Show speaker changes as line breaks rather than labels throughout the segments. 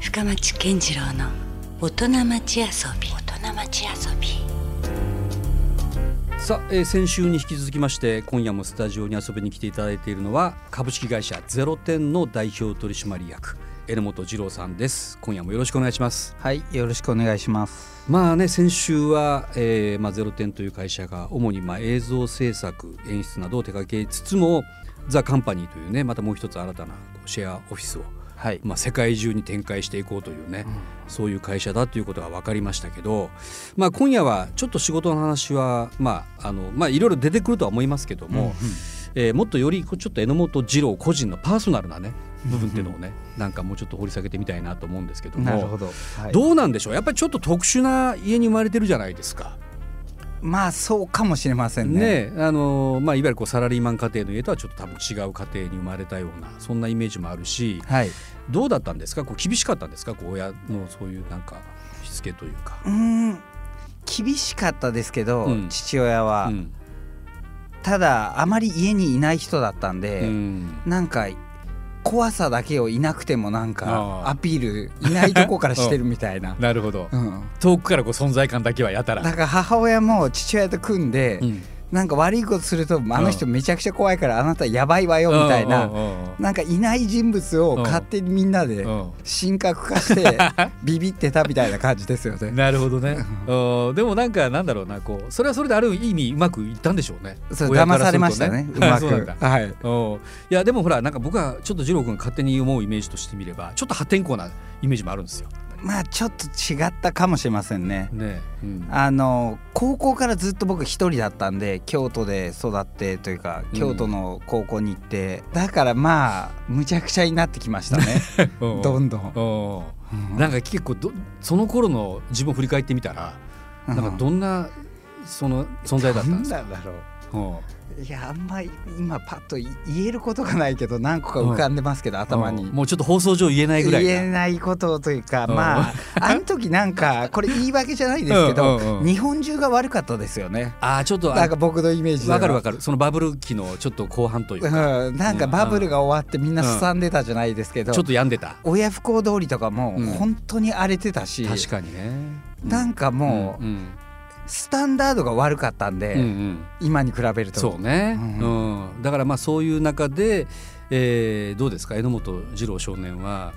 深町健次郎の大人町遊び大人町遊び
さあ、えー先週に引き続きまして今夜もスタジオに遊びに来ていただいているのは株式会社ゼロ店の代表取締役榎本二郎さんです今夜もよろしくお願いします
はい、よろしくお願いします。
まあね先週は、えーまあ、ゼロ店という会社が主にまあ映像制作演出などを手掛けつつもザ・カンパニーというねまたもう一つ新たなこうシェアオフィスを、
はい、
まあ、世界中に展開していこうというね、そういう会社だということが分かりましたけど、まあ、今夜はちょっと仕事の話はまああのまあいろいろ出てくるとは思いますけども、えーもっとよりこうちょっと榎本二郎個人のパーソナルなね部分っていうのをね、なんかもうちょっと掘り下げてみたいなと思うんですけども
なるほど。はい、
どうなんでしょうやっぱりちょっと特殊な家に生まれてるじゃないですか。
まあそうかもしれませんね。
ねあのまあ、いわゆるこうサラリーマン家庭の家とはちょっと多分違う家庭に生まれたようなそんなイメージもあるし、
はい。
どうだったんですかこう厳しかったんですかこう親のそういうなんかしつけというか。
うーん、厳しかったですけど、
うん
父親は、
うん
ただあまり家にいない人だったんで、
うん
なんか怖さだけをいなくてもなん
あ
か
ー。
アピールいないとこからしてるみたいな
なるほど
うん。
遠くからこう存在感だけはやた
だから母親も父親と組んで、
うん
なんか悪いことするとあの人めちゃくちゃ怖いからあなたやばいわよみたいな、
うんうんうん
なんかいない人物を勝手にみんなで、
うん
神格化して ビビってたみたいな感じですよね。
なるほどね。うんでもなんかなんだろうなこうそれはそれである意味うまくいったんでしょうね。
そう
親から
騙さ
する
れ
と
ましたね。う ま
そうなんだ
く。はい。
うんいやでもほらなんか僕はちょっと二郎君が勝手に思うイメージとしてみればちょっと破天荒なイメージもあるんですよ。
まあちょっと違ったかもしれませんね。
ねえ、うん
あの高校からずっと僕一人だったんで京都で育ってというか
うん
京都の高校に行って、だからまあむちゃくちゃになってきましたね
うん
どんどん。
うんなんか結構どその頃の自分を振り返ってみたら、
う
なんかどんなその存在だったんですか。
なんだろ
うん
ういやあんまり今パッと言えることがないけど何個か浮かんでますけど、頭に。
もうちょっと放送上言えないぐらいな。
言えないことというか、
うん
まああの時な んかこれ言い訳じゃないですけど、
うんうんうん
日本中が悪かったですよね
ああちょっと
な
あ
んか僕のイメージでは
わかるわかるそのバブル期のちょっと後半というか、
うん、なんかバブルが終わってみんなすさんでたじゃないですけど、
ちょっと病んでた。
親不孝通りとかも
うん
本当に荒れてたし、
確かにね。
なんかもう
うん
スタンダードが悪かったんで、
うんうんうん
今に比べると
そうね、
うん
うんだからまあそういう中で、えーどうですか榎本二郎少年は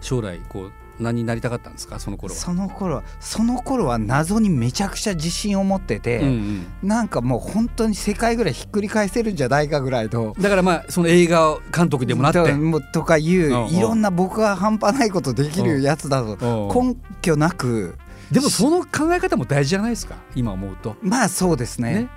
将来こう何になりたかったんですかその頃は。
その頃その頃は謎にめちゃくちゃ自信を持ってて、
うん
なんかもう本当に世界ぐらいひっくり返せるんじゃないかぐらいの
うんだからまあその映画監督でもなって。
ともとかいう、
うんうん
いろんな僕は半端ないことできるやつだと、
うん
根拠なく
でもその考え方も大事じゃないですか今思うと。
まあそうですね
ね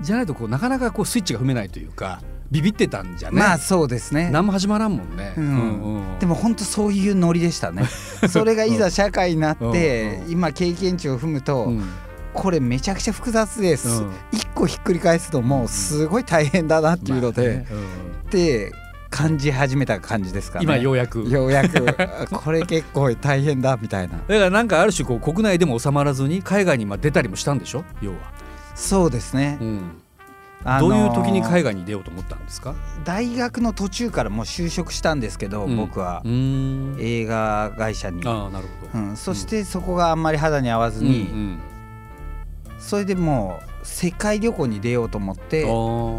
じゃないとこうなかなかこうスイッチが踏めないというかビビってたんじゃね、
まあそうですね
何も始まらんもんね。
うん
うん
でも本当そういうノリでし たねそれがいざ社会になって、
うんうん
今経験値を踏むと、
うん
これめちゃくちゃ複雑です、
うん
一個ひっくり返すともうすごい大変だなっていうので、
まあねうん
って感じ始めた感じですかね
今よ
う
うやく
ようやくこれ結構大変だみたいな
だからなんかある種こう国内でも収まらずに海外にまあ出たりもしたんでしょ要は、
そうですね、
うん
あ
ど
の
う
ー
いう時に海外に出ようと思ったんですか、
大学の途中からもう就職したんですけど、
うん
僕は
うーん
映画会社に、
ああなるほど、
うん、そしてそこがあんまり肌に合わずに、
うん
それでもう世界旅行に出ようと思って
うんあ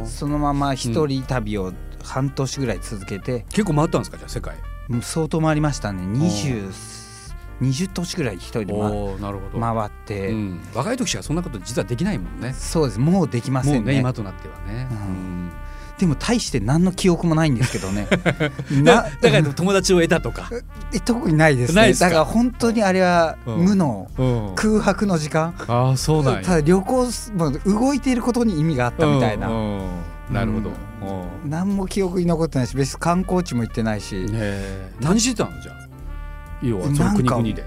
ー
そのまま一人旅を半年ぐらい続けて、
結構回ったんですかじゃあ世界
もう相当回りましたね 20, 20都市ぐらい一人で、ま、
おーなるほど、
回って、
うん、若い時しかそんなこと実はできないもんね
そうですもうできませ
もうん
ね
ね今となってはね、
うん
うん
でも大して何の記憶もないんですけど ねな
だから友達を得たとか、
え特にないです
ない
ね
ですか
だから本当にあれは
うん
無の
うん
空白の時間
ああそうなんや
ただ旅行すもう動いていることに意味があったみたいな、
うんうんなるほど、
うん
うん
何も記憶に残ってないし別に観光地も行ってないし、
ねえ何してたのじゃあ要はその国々で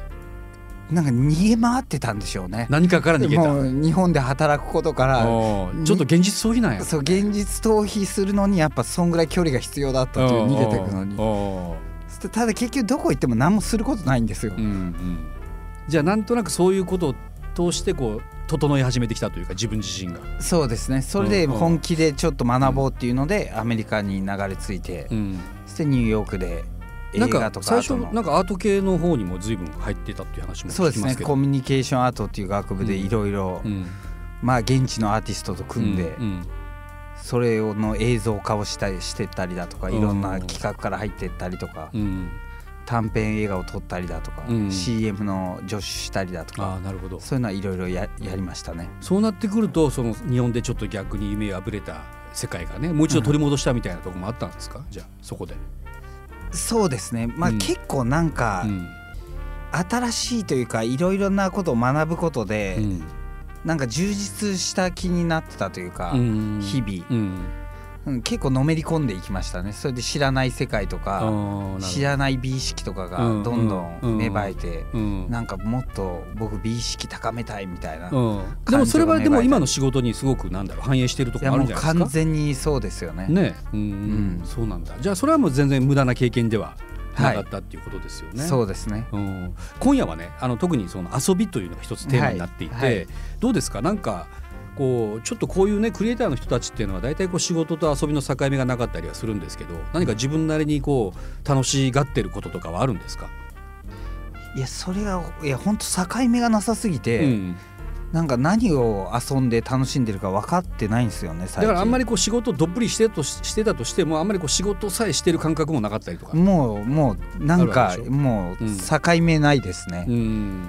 なんか逃げ回ってたんでしょうね
何かから逃げた
もう日本で働くことから
あーちょっと現実逃避なんや
そう現実逃避するのにやっぱそんぐらい距離が必要だったという逃げていくのに
に
ただ結局どこ行っても何もすることないんですよ、
じゃあなんとなくそういうことを通してこう整い始めてきたというか自分自身が、
そうですねそれで本気でちょっと学ぼうっていうのでアメリカに流れ着いて、そしてニューヨークで映
なん
画
か
とか
最
ア
初
ートの
なんかアート系の方にも随分入ってたっていう話も
そう
聞
で
き
す
ま
ね
すけど
コミュニケーションアートっていう学部でいろいろ
うん
まあ現地のアーティストと組んで
ううん
それをの映像化をしたりしてたりだとか
うん
いろんな企画から入ってったりとか
うん
短編映画を撮ったりだとか
うん
CM の助手したりだと
ああ
か
なるほど
そういうのはいろいろややりましたね。
そうなってくるとその日本でちょっと逆に夢あぶれた世界がねもう一度取り戻したみたいなところもあったんですか、じゃあそこで、
そうですねまあ
うん
結構なんか
うん
新しいというかいろいろなことを学ぶことで
うん
なんか充実した気になってたというか
うん
日々
うん
うん結構のめり込んでいきましたねそれで知らない世界と
あ
か
ーな
知
る
らない美意識とかが
うん
どんど
うん
ん芽生えて
ほどうん
なんかもっと僕美意識高めたいみたいな
う
い
んでもそれはでも今の仕事にすごくなんだろう反映してるところ
や
もある
も
んじ
う
ゃないで
完
すか
全にそうですよね
ねうんうん
うん
そうなんだじゃあそれはもう全然無駄な経験ではな
はい
かったっていうことですよね、
そうですね
うん、今夜はねあの特にその遊びというのが一つテーマになっていて、
はいはい
どうですかなんかこうちょっとこういうねクリエイターの人たちっていうのは大体こう仕事と遊びの境目がなかったりはするんですけど何か自分なりにこう楽しがってることとかはあるんですか、
いやそれがいや本当境目がなさすぎ
う
て
ん、
なんか何を遊んで楽しんでるか分かってないんですよね
だ
最近
からあんまりこう仕事どっぷりしてとししてたとしてもあんまりこう仕事さえしてる感覚もなかったりとか、
もうもうなん
あ
か
るでしょ
もう
うん
境目ないですね
うん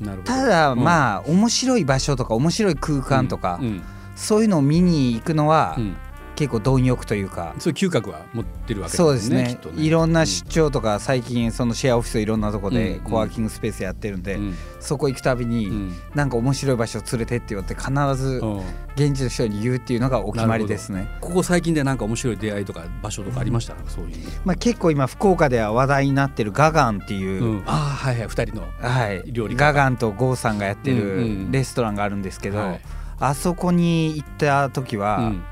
なるほど
ただ
うん
まあ面白い場所とか面白い空間とか
うんうん
そういうのを見に行くのは
うん
結構貪欲というか
そういう嗅覚は持ってるわけ
そうです
きっ
ね
と
いろんな出張とか最近そのシェアオフィスいろんなとこ
う
で
ん
コワーキングスペースやってるん
う
で
ん
そこ行くたび
う
に
ん
なんか面白い場所連れてってよって必ず
うん
現地の人に言うっていうのがお決まりですね。
ここ最近でなんか面白い出会いとか場所とかありましたか、そういう、
まあ、結構今福岡では話題になってるガガンっていう、
うん、ああはいはい2人の、
はい、
料理家
ガガンとゴーさんがやって
うんうんう
る
ん
レストランがあるんですけど、
はい
あそこに行った時
う
は
ん、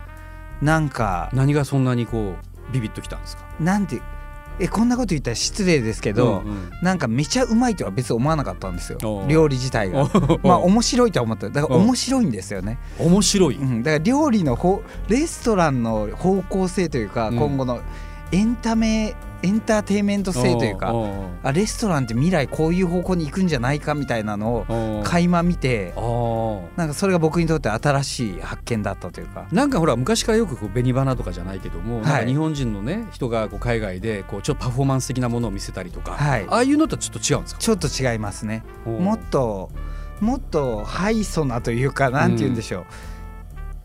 なんか、
何がそんなにこうビビッときたんですか
なんてえこんなこと言ったら失礼ですけど、
うんうん
なんかめちゃうまいとは別に思わなかったんですよ
おう
料理自体が。まあ面白いとは思っただから
うん
面白いんですよね、
面白い、
うん、だから料理の方レストランの方向性というか、
うん
今後のエンタメエンターテインメント性というか、
おお
あレストランって未来こういう方向に行くんじゃないかみたいなの
お
を
お
垣間見て
あー
なんかそれが僕にとって新しい発見だったというか
なんかほら昔からよくこう紅花とかじゃないけども、なん
は
か
い
日本人のね人がこう海外でこうちょっとパフォーマンス的なものを見せたりとか、
はい
ああいうのとはちょっと違うんですか
ちょっと違いますねも
も
っともっとハイソなというかなんて言うんでしょう、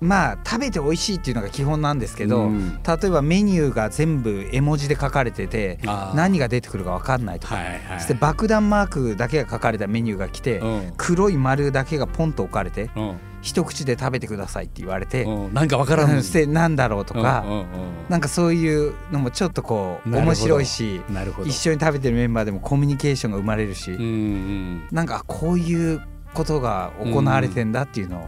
まあ食べて美味しいっていうのが基本なんですけど、例えばメニューが全部絵文字で書かれてて何が出てくるか分かんないとか、
はいはい
そして爆弾マークだけが書かれたメニューが来て、
うん
黒い丸だけがポンと置かれて
うん
一口で食べてくださいって言われて、
うん、なんかわからんのに
そ してなんだろうとか、
うんうんうん
なんかそういうのもちょっとこう
なるほど
面白いし
なるほど
一緒に食べてるメンバーでもコミュニケーションが生まれるし、
うん
なんかこういうことが行われてんだっていうのを、
うん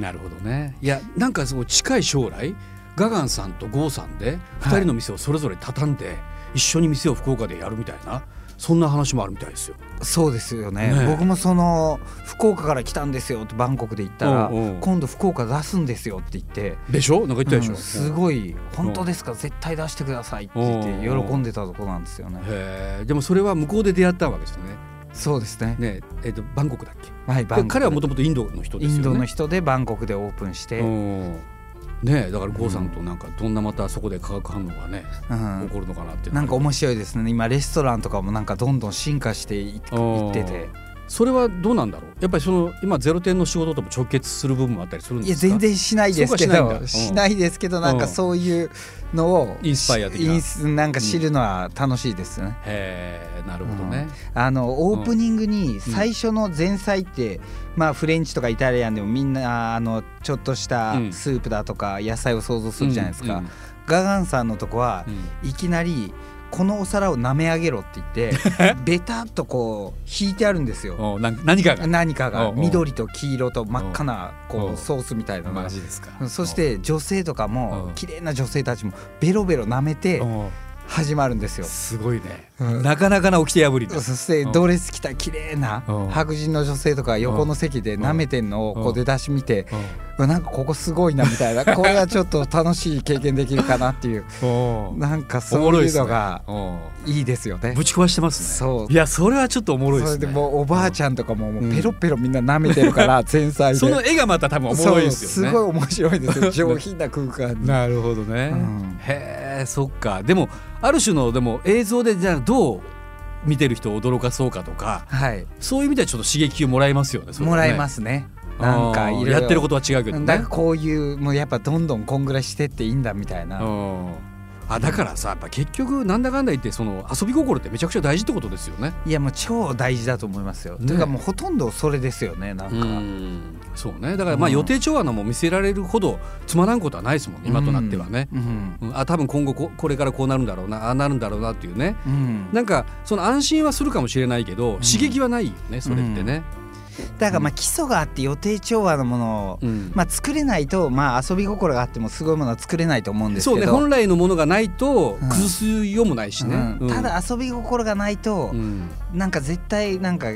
なるほどねいやなんかその近い将来ガガンさんとゴーさんで2人の店をそれぞれ畳んで、一緒に店を福岡でやるみたいなそんな話もあるみたいですよ。
そうですよね
ねえ
僕もその福岡から来たんですよってバンコクで言ったら、
うんうん
今度福岡出すんですよって言って。
でしょなんか言ったでしょ、
うんすごい「本当ですか絶対出してください」って言
うん
って喜んでたとこなんですよね。
へえでもそれは向こうで出会ったわけですよね。
そうですね。
ねえっとバンコクだっけ
はい、バン
で
コク
彼はもともとインドの人で
イ
すよね。
ンドの人でバンコクでオープンして、
うんねえだからゴーさんとなんかどんなまたそこで化学反応がね、
うん
起こるのかなっていうの
な
は
んか面白いですね今レストランとかもなんかどんどん進化してい
あー
いってて
それはどうなんだろうやっぱりその今ゼロ点の仕事とも直結する部分もあったりするん
い
で
や
すか
全然しないですけ
そこはしないんだう
ど
ん
しないですけどなんかそういうのを
インスパイア的な
インスなんか知るのは楽しいですね、
へえなるほどね、
あのオープニングに最初の前菜って、まあフレンチとかイタリアンでもみんなあのちょっとした
うん
スープだとか野菜を想像するじゃないですか、
うん
ガガンさんのとこは
うん
いきなりこのお皿を舐め上げろって言 ってベタっとこう引いてあるんですよ
おな何かが
何
お
か
う
が
おう
緑と黄色と真っ赤な
お
こ
う
うソースみたいなのが
ですか
そして女性とか
う
も
ん
綺麗な女性たちもベロベロ舐めて
お
始まるんですよ。
すごいね、
うん
なかなかな起きて破りだ
そして
うん
ドレス着た綺麗な
うん
白人の女性とか横の席で舐めてんのを
うん
こう出だし見て
うん
うわなんかここすごいなみたい なこれはちょっと楽しい経験できるかなっていうなんか
お
そ
もろい
う
で
いう
すね
のが
う
いいですよね
ん。ぶち壊してますね
そう
やそれはちょっとおもろいで
そ
す
れで
ね
もうおばあちゃんとかももううんペロペロみんな舐めてるから前菜で
その絵がまた多分おもろいですよね
そうすごい面白いで すよ上品な空間に
なるほどね、
うん
へえそっかでもある種のでも映像でじゃあどう見てる人を驚かそうかとか
はい
そういう意味ではちょっと刺激をもらえますよねそれ
もらえますすねなんかいろいろ
やってることは違うけど
だ
ね
からこういうもうやっぱどんどんこんぐらいしてっていいんだみたいな
うんあだからさやっぱ結局なんだかんだ言ってその遊び心ってめちゃくちゃ大事ってことですよね
いやもう超大事だと思いますよ。
ね
というかもうほとんどそれですよねなんか。
うんそうねだからまあ
うん
予定調和のも見せられるほどつまらんことはないですもんね今となってはね、
うん。
うんあ多分今後ここれからこうなるんだろうなああなるんだろうなっていうね
うん
なんかその安心はするかもしれないけど、刺激はないよねそれってね、
だからまあ基礎があって予定調和のものを、
うん
まあ、作れないと、まあ、遊び心があってもすごいものは作れないと思うんです
そう
け
ね
ど
本来のものがないと
うん
崩すようもないしね、
うん
うん
た、だ遊び心がないと
う、ん
なんか絶対なんか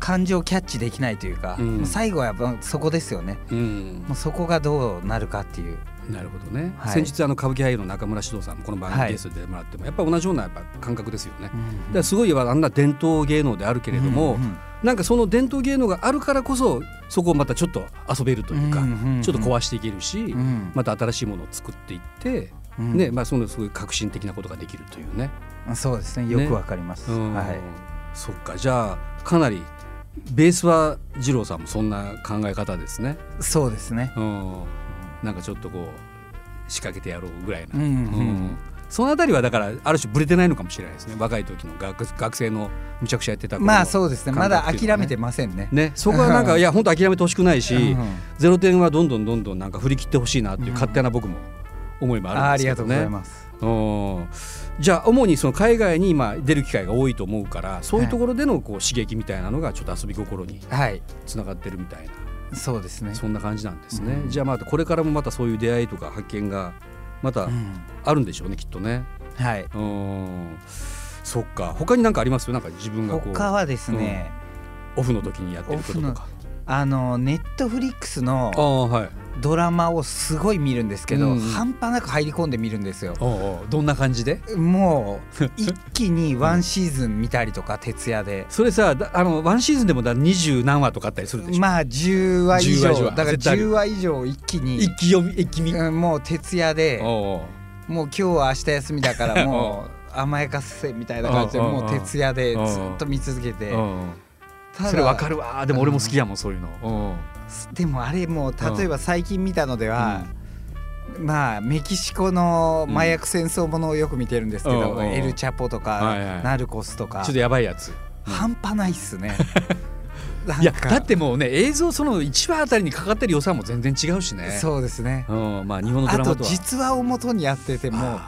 感情をキャッチできないというか、
うん
もう最後はやっぱそこですよね
うん
もうそこがどうなるかっていう。
なるほどね、
はい
先日あの歌舞伎俳優の中村獅童さんもこの番組
はい
ゲストでもらっても、やっぱ同じようなやっぱ感覚ですよね。だからすごいあんな伝統芸能であるけれども、
うんうん
なんかその伝統芸能があるからこそそこをまたちょっと遊べるというか、
うんうんうん
ちょっと壊していけるし、
ん
また新しいものを作っていって、
うん
ねまあ、そのすごい革新的なことができるというね。
そうですねよくわかります、
うん
はい、
そっかじゃあかなりベースは二郎さんもそんな考え方ですね。
そうですね、
うん、なんかちょっとこう仕掛けてやろうぐらいな、
うんうんうん
そのあたりはだからある種ぶれてないのかもしれないですね若い時の学学生のむちゃくちゃやってた頃の
まあそうですねま
感
だ
覚っていうの
諦
はね
めてませんね
ね、そこはなんかいや本当諦めてほしくないし、
うん
ゼロ点はどんどんどんどんなんか振り切ってほしいなっていう勝手な僕も思いも
あ
あ
あ
るん
り
で
が
すけど
とうござい
ね。
ます。
うんじゃあ主にその海外に今出る機会が多いと思うからそういうところでのこう刺激みたいなのがちょっと遊び心に
はい、
つながってるみたいな
そうですね。
そんな感じなんですね、
うん
じゃあまたこれからもまたそういう出会いとか発見がまた
うん
あるんでしょうねきっとね
はい。
うんそっか他に何かありますよなんか自分がこう
他はですね、
オフの時にやってることとか
あのネットフリックスの
ああはい
ドラマをすごい見るんですけど、
うん
半端なく入り込んで見るんですよ。
おうおうどんな感じで
も う一気にワンシーズン見たりとか徹夜で。
それさだあのワンシーズンでもだ二十何話とかあったりするでしょ、
まあ10話以
10
上
話以上
だから
絶対ある
10話以上一気に
一気読み一気見、
うんもう徹夜で
おうおう
もう今日は明日休みだから もう甘やかせみたいな感じで
うんうんうん
もう徹夜でずっと見続けて
うんうん
ただ
それわかるわでも俺も好きやもんそういうの
でもあれもう例えば最近見たのでは、まあメキシコの麻薬戦争ものをよく見てるんですけど、
うんうん
エル・チャポとか、
はいはい
ナルコスとか
ちょっとやばいやつ
半端ないっ すね。なんか
いやだってもうね映像その一話あたりにかかってる予算も全然違うしね
そうですね。
うん、まあ日本のド
あ
ラ
と
マとは
実話を元にやってても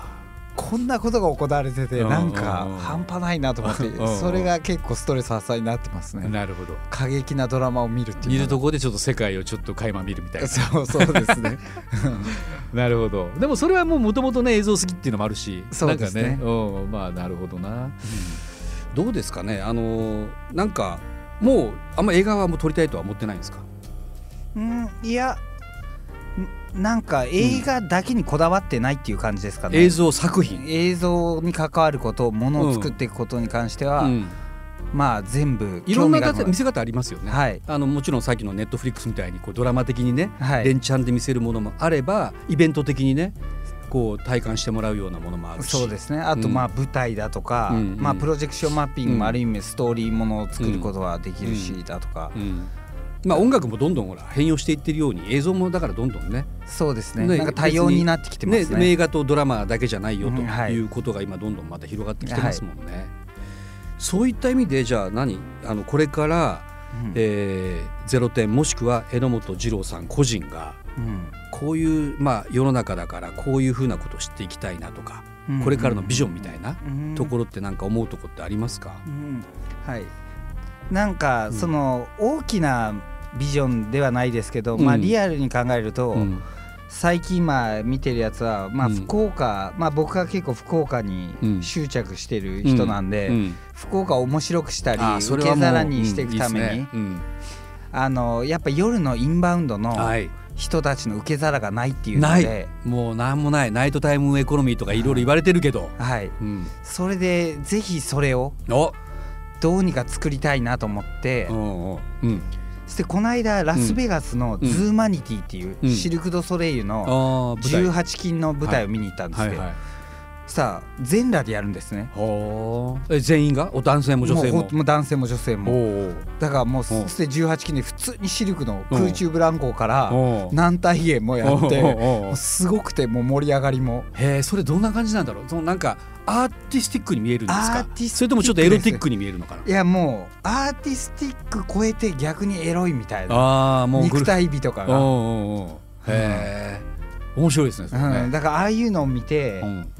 こんなことが行われてて
うん
なんか
うんうん
半端ないなと思って
うんうん
それが結構ストレス発散になってますね
なるほど
過激なドラマを見るっていう
見る
の
ところでちょっと世界をちょっと垣間見るみたいな
そう そうですね
なるほどでもそれはもうもともとね映像好きっていうのもあるし
そうですね
なんかね、うん、まあなるほどな、どうですかねあのーなんかもうあんま映画はもう撮りたいとは思ってないんですか
うんいやんなんか映画だけにこだわってないっていう感じですかね、
映像作品、
映像に関わることものを作っていくことに関しては、
うん
まあ全部
いろんな
興味があ
方
るも
見せ方ありますよね、
のはい
あのもちろんさっきのネットフリックスみたいにこうドラマ的にね、
はい
連チャンで見せるものもあればイベント的にねこう体感してもらうようなものもあるし
そうですねあと
うん
まあ舞台だとか、
うんうん
まあ、プロジェクションマッピング
うん
もある意味ストーリーものを作ることはできるしだとか、
うんまあ、音楽もどんどんほら変容していってるように映像もだからどんどんね
そうですね
ね
なんか多様になってきてま
ね
すね
映画とドラマだけじゃないよと
うんはい
いうことが今どんどんまた広がってきてますもんね。そういった意味でじゃあ何あのこれから、
うん
えーゼロ点もしくは榎本二郎さん個人が
うん
こういう、まあ、世の中だからこういうふうなことを知っていきたいなとか、
うん
これからのビジョンみたいな
うん
ところってなんか思うとこってありますか、
うんはい、なんかその大きなビジョンではないですけど、
うん
まあ、リアルに考えると、
うん
最近今見てるやつは、まあ、
うん
福岡、まあ、僕は結構福岡に
うん
執着してる人なんで、
うん
福岡を面白くしたり
あーそ
受
れ
け
はもう
皿にしていくために、
うんいいっすねうん
あのやっぱ夜のインバウンドの
はい
人たちの受け皿がないっていうの
ない
で、
もうなんもないナイトタイムエコノミーとかいろいろ言われてるけど、
はい、
うん、
それでぜひそれを
お
どうにか作りたいなと思って、
うんうん
そしてこの間ラスベガスの
うん
ズーマニティっていう、
うん
シルク・ド・ソレイユの
ああ舞台
18金の舞台を見に行ったんです
は
けど、
いはい
さあ全裸でやるんですね
ほーえ全員がお男性も女性も
うほもう男性も女性
お
もだからもう
おう
すで18金で普通にシルクの空中ブランコから
お
軟体芸もやって
おうおうおう
もうすごくてもう盛り上がりも
へえそれどんな感じなんだろうそのなんかアーティスティックに見えるんです
アー
か
ティスティックです
それともちょっとエロティックに見えるのかない
やもうアーティスティック超えて逆にエロいみたいな
ああもうぐる
肉体美とか
おう
が、
おうおうへえ面白いですねそれ
うん、
ね
だからああいうのを見て、
うん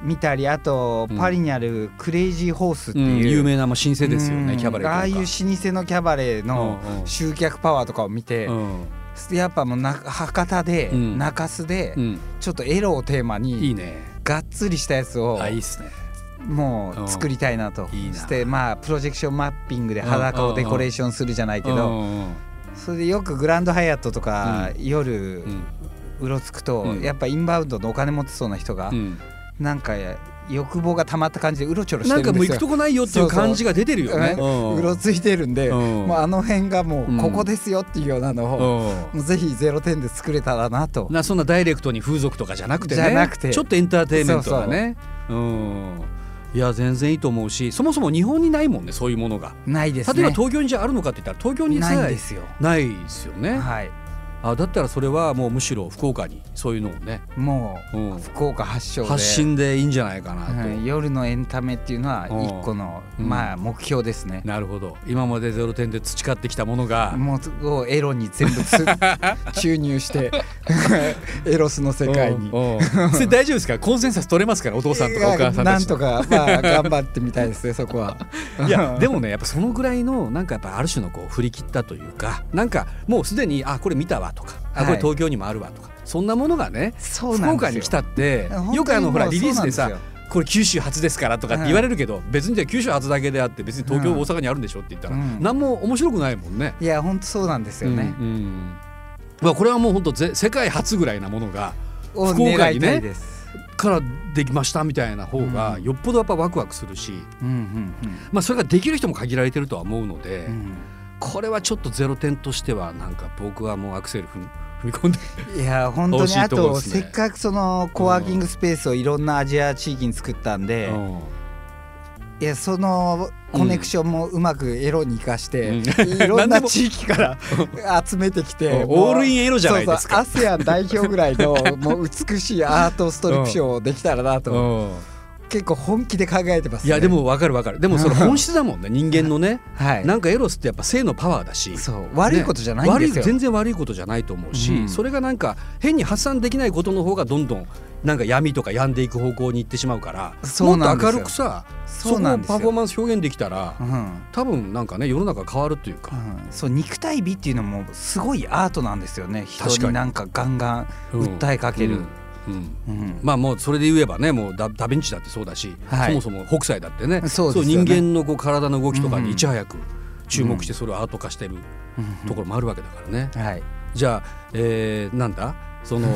見たりあと
うん
パリにあるクレイジーホースって
う、、
いうん
有名なまあ新生ですよね、
うん
キャバレーとか
ああいう老舗のキャバレーの
うんうん
集客パワーとかを見て、
うん
やっぱもうな博多で、
うん
中洲で、
うん、
ちょっとエロをテーマに
いいね
がっつりしたやつを
あいいっすね
もう作りたいなと、
うんいいな
してまあプロジェクションマッピングで裸をデコレーションするじゃないけど、
うんうん
それでよくグランドハイアットとか、夜
うん
うろつくと、
うん
やっぱインバウンドのお金持ってそうな人が、
うん
なんか欲望がたまった感じでうろちょろし
な
て
ん
る
か
ん
もう
で
行
す
く
よ
と。こないよっていう感じが出てるよね。
うんうろついてるんで、
うん
もうあの辺がもうここですよっていうようなのを、
う
もうぜひゼロ点で作れたらなと
ん。なそんなダイレクトに風俗とかじゃなくてね
じゃなくて
ちょっとエンターテインメントがねうんいや全然いいと思うしそもそも日本にないもんねそういうものが、
ないです
例えば
ね。
東京にじゃああるのかって言ったら東京にさ
な
え
いんですよ。
ないですよね、
はい。
あだったらそれはもうむしろ福岡にそういうのをね
もう、
うん
福岡発祥で
発信でいいんじゃないかなと、
はい夜のエンタメっていうのは
うん
一個の、
うん
まあ目標ですね。
なるほど今まで「ゼロ点で培ってきたものが、
もうをエロに全 部つ注入して エロスの世界に。
うんうん それ大丈夫ですかコンセンサス取れますからお父さんとかお母さん
な
た
ん
ち
とかまあ頑張ってみたいですねそこは。
いやでもねやっぱそのぐらいのなんかやっぱある種のこう振り切ったというかなんかもうすでにあこれ見たわとかあこ
は
れ
い
東京にもあるわとか、そんなものがね
そう
福
なんですよ
岡に来たって
本当に
よくあのほら
もう
リリースで
そう
さ
なんです
これ九州初ですからとかって言われるけど、別にじゃあ九州初だけであって別に東京、
うん
大阪にあるんでしょって言ったら、
うん
何も面白くないもんね。
いや本当そうなんですよね。
うんうんまあ、これはもう本当ぜ世界初ぐらいなものが
を
福岡
狙
に
い
ね
たいです。
からできましたみたいな方が
うん
よっぽどやっぱワクワクするし、
うん
まあ、それができる人も限られてるとは思うので。
うんうん
これはちょっとゼロ点としてはなんか僕はもうアクセル踏み踏み込んで
いや本当
惜し
に
い
あ
とことですね
せっかくそのコワーキングスペースをいろんなアジア地域に作ったんで、 いやそのコネクションもうまくエロに生かして、
うん
いろん
何で
な
も
地域から集めてきて
うんオールインエロじゃないですか
そうそう ASEAN 代表ぐら いのもう美しいアートストリップショーできたらなと、
うん
結構本気で考えてます、
い
ね、
やでもわかるわかるでもその本質だもんね人間のね
はい
なんかエロスってやっぱ性のパワーだし
そう悪いことじゃないんです
ね悪
よ、
い全然悪いことじゃないと思うし、
うん
それがなんか変に発散できないことの方がどんどんなんか闇とか病んでいく方向に行ってしまうから
そう
も
な
っ
ん
と
ですよ
明るくさそ
そう
こ
な
を
んですよ
パフォーマンス表現できたら
うん
多分なんかね世の中変わるという
う
か、
ん、そう肉体美っていうのもすごいアートなんですよね人
確か
に
に
なんかガンガン
うん
訴えかける、
うんうん
うん
まあもうそれで言えばねもうダダ・ヴィンチだってそうだし、
はい
そもそも北斎だってね
そうですよね
人間のこう体の動きとか
うん
にいち早く注目してそれをアート化してるところもあるわけだからね、
はい、
じゃあ、えーなんだその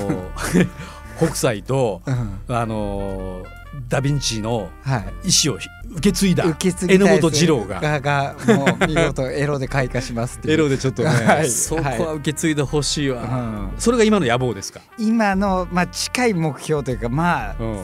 北斎と、
うん
あのーダ・ヴィンチの
はい
意思をひ受け継いだ
受け継ぎたい
榎本二郎が。
ががもう 見事エロで開花しますっていう
エロでちょっとね、
はい
そこは受け継いでほしいわ、
うん
それが今の野望ですか、
今の、まあ、近い目標というかまあ
うん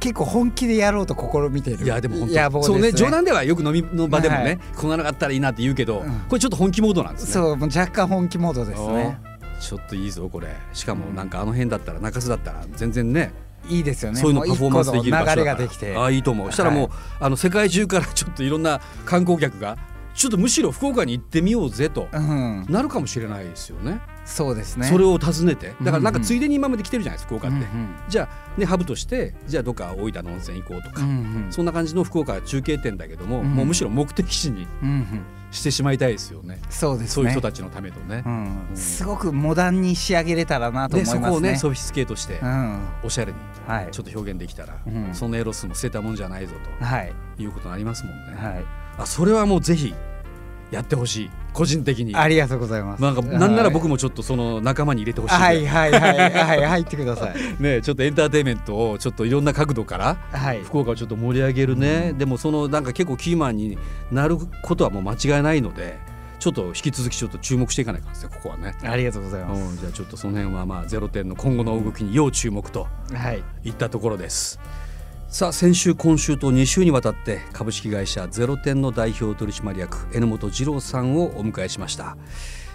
結構本気でやろうと試みてる
いやでも本当に
野望です
そう
ね
ね冗談ではよく飲みの場でもね、
はい
こんなのがあったらいいなって言うけど、
うん
これちょっと本気モードなんですね
そうもう若干本気モードですね
おちょっといいぞこれしかもなんかあの辺だったら中洲だったら全然ね
いいですよね
そういうのパフォーマンスできる場所だ
もう一個の流
か
れ
ら
ができて
ああいいと思うしたらもう、
は
あの世界中からちょっといろんな観光客がちょっとむしろ福岡に行ってみようぜと
うん、
なるかもしれないですよね
そうですね。
それを訪ねてだからなん
うんう
か
ん
ついでに今まで来てるじゃないですか福
う
岡っ
ん
て、じゃあねハブとしてじゃあどっか大分の温泉行こうと
う
か、
んうん
そんな感じの福岡は中継点だけども、
うん
もうむしろ目的地に
うんうん
してしまいたいですよね
そうですね。
そういう人たちのためのね
う、、
うんん
すごくモダンに仕上げれたらなと思
で
いま
そ
すね。
こをねソフィスケートして、
うん、
おしゃれに
はい、
ちょっと表現できたら、
うん
そのエロスも捨てたもんじゃないぞ
はい、
ということになりますもんね、
はい、
あそれはもうぜひやってほしい個人的に
ありがとうございます。
なんかなんなら僕
も。
もちょっとその仲間に入れてほしいぐら、
はいい、はい、はい、はい、入ってください。
ね、ちょっとエンターテインメントをちょっといろんな角度から
はい、
福岡をちょっと盛り上げるね、でもそのなんか結構キーマンになることはもう間違いないのでちょっと引き続きちょっと注目していかないかんですねここはね、
ありがとうございま
うん、じゃあちょっとその辺はまあゼロ点の今後の動きに要注目と
す。はい、
いったところですさあ先週今週と2週にわたって株式会社ゼロ点の代表取締役榎本二郎さんをお迎えしました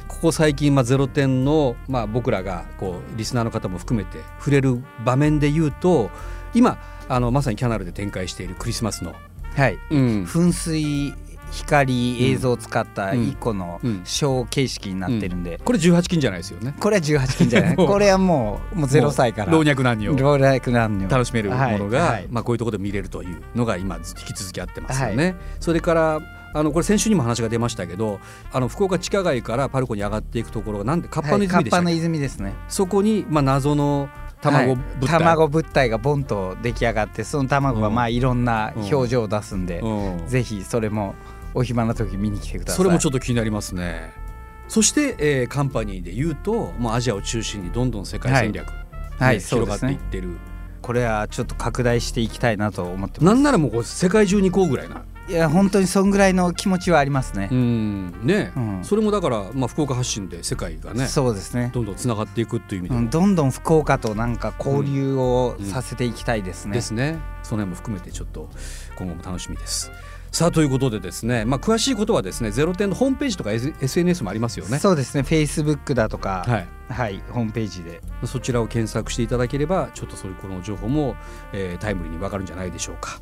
ここ最近、まあ、ゼロ点の、まあ、僕らがこうリスナーの方も含めて触れる場面で言うと今あのまさにキャナルで展開しているクリスマスの、
はい、
うん
噴水、光、映像を使った一個の
うん
ショー形式になってるんで。
これ18金じゃないですよね
これは18金じゃな い
もう
これはもうもう0歳から
もう老若男女
老若男女
楽しめるものが、
はいはい
まあ、こういうところで見れるというのが今引き続きあってますよね。それからあのこれ先週にも話が出ましたけどあの福岡地下街からパルコに上がっていくところがなんでカッパの泉
はい
でし
カ
た
ッ
っ
パ
け、
の泉ですね
そこに、まあ、謎の卵
はい
物体、
卵物体がボンと出来上がってその卵が
うん
まあいろんな表情を出すんで、
うん
ぜひそれもお暇な時見に来てください
それもちょ
っ
っと気になりますね。そして、えーカンパニーで言うともうアジアを中心にどんどん世界戦略、
とはい
ね
そう
広
で
がっ
す
ていって
ね
る、
これはちょっと拡大していきたいなと思ってま
なんならもうこう世界中に行こうぐらいな
すいや本当にそんぐらいの気持ちはありますね
う、んね、
うん
それもだから、まあ、福岡発信で世界がね
そうですね
どんどんつながっていくという意味で
う
も、
ん、どんどん福岡となんか交流をさせていきたいですね、
ですね。その辺も含めてちょっと今後も楽しみです。さあということでですね、まあ、詳しいことはですねゼロ点のホームページとか S- SNS もありますよね。
そうですねフェイスブックだとか
はい、
はい、ホームページで
そちらを検索していただければちょっとそういうこの情報も、えータイムリーにわかるんじゃないでしょうか。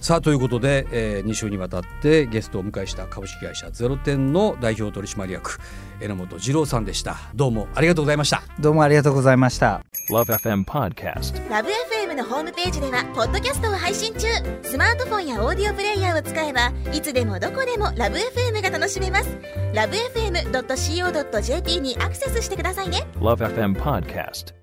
さあということで、え2週にわたってゲストをお迎えした株式会社ゼロ点の代表取締役榎本二郎さんでした。どうもありがとうございました。
どうもありがとうございました
Love FM Podcast.
ラブ f m のホームページではポッドキャストを配信中スマートフォンやオーディオプレイヤーを使えばいつでもどこでもラブ f m が楽しめますラブ FM.co.jp にアクセスしてくださいね
Love FM Podcast.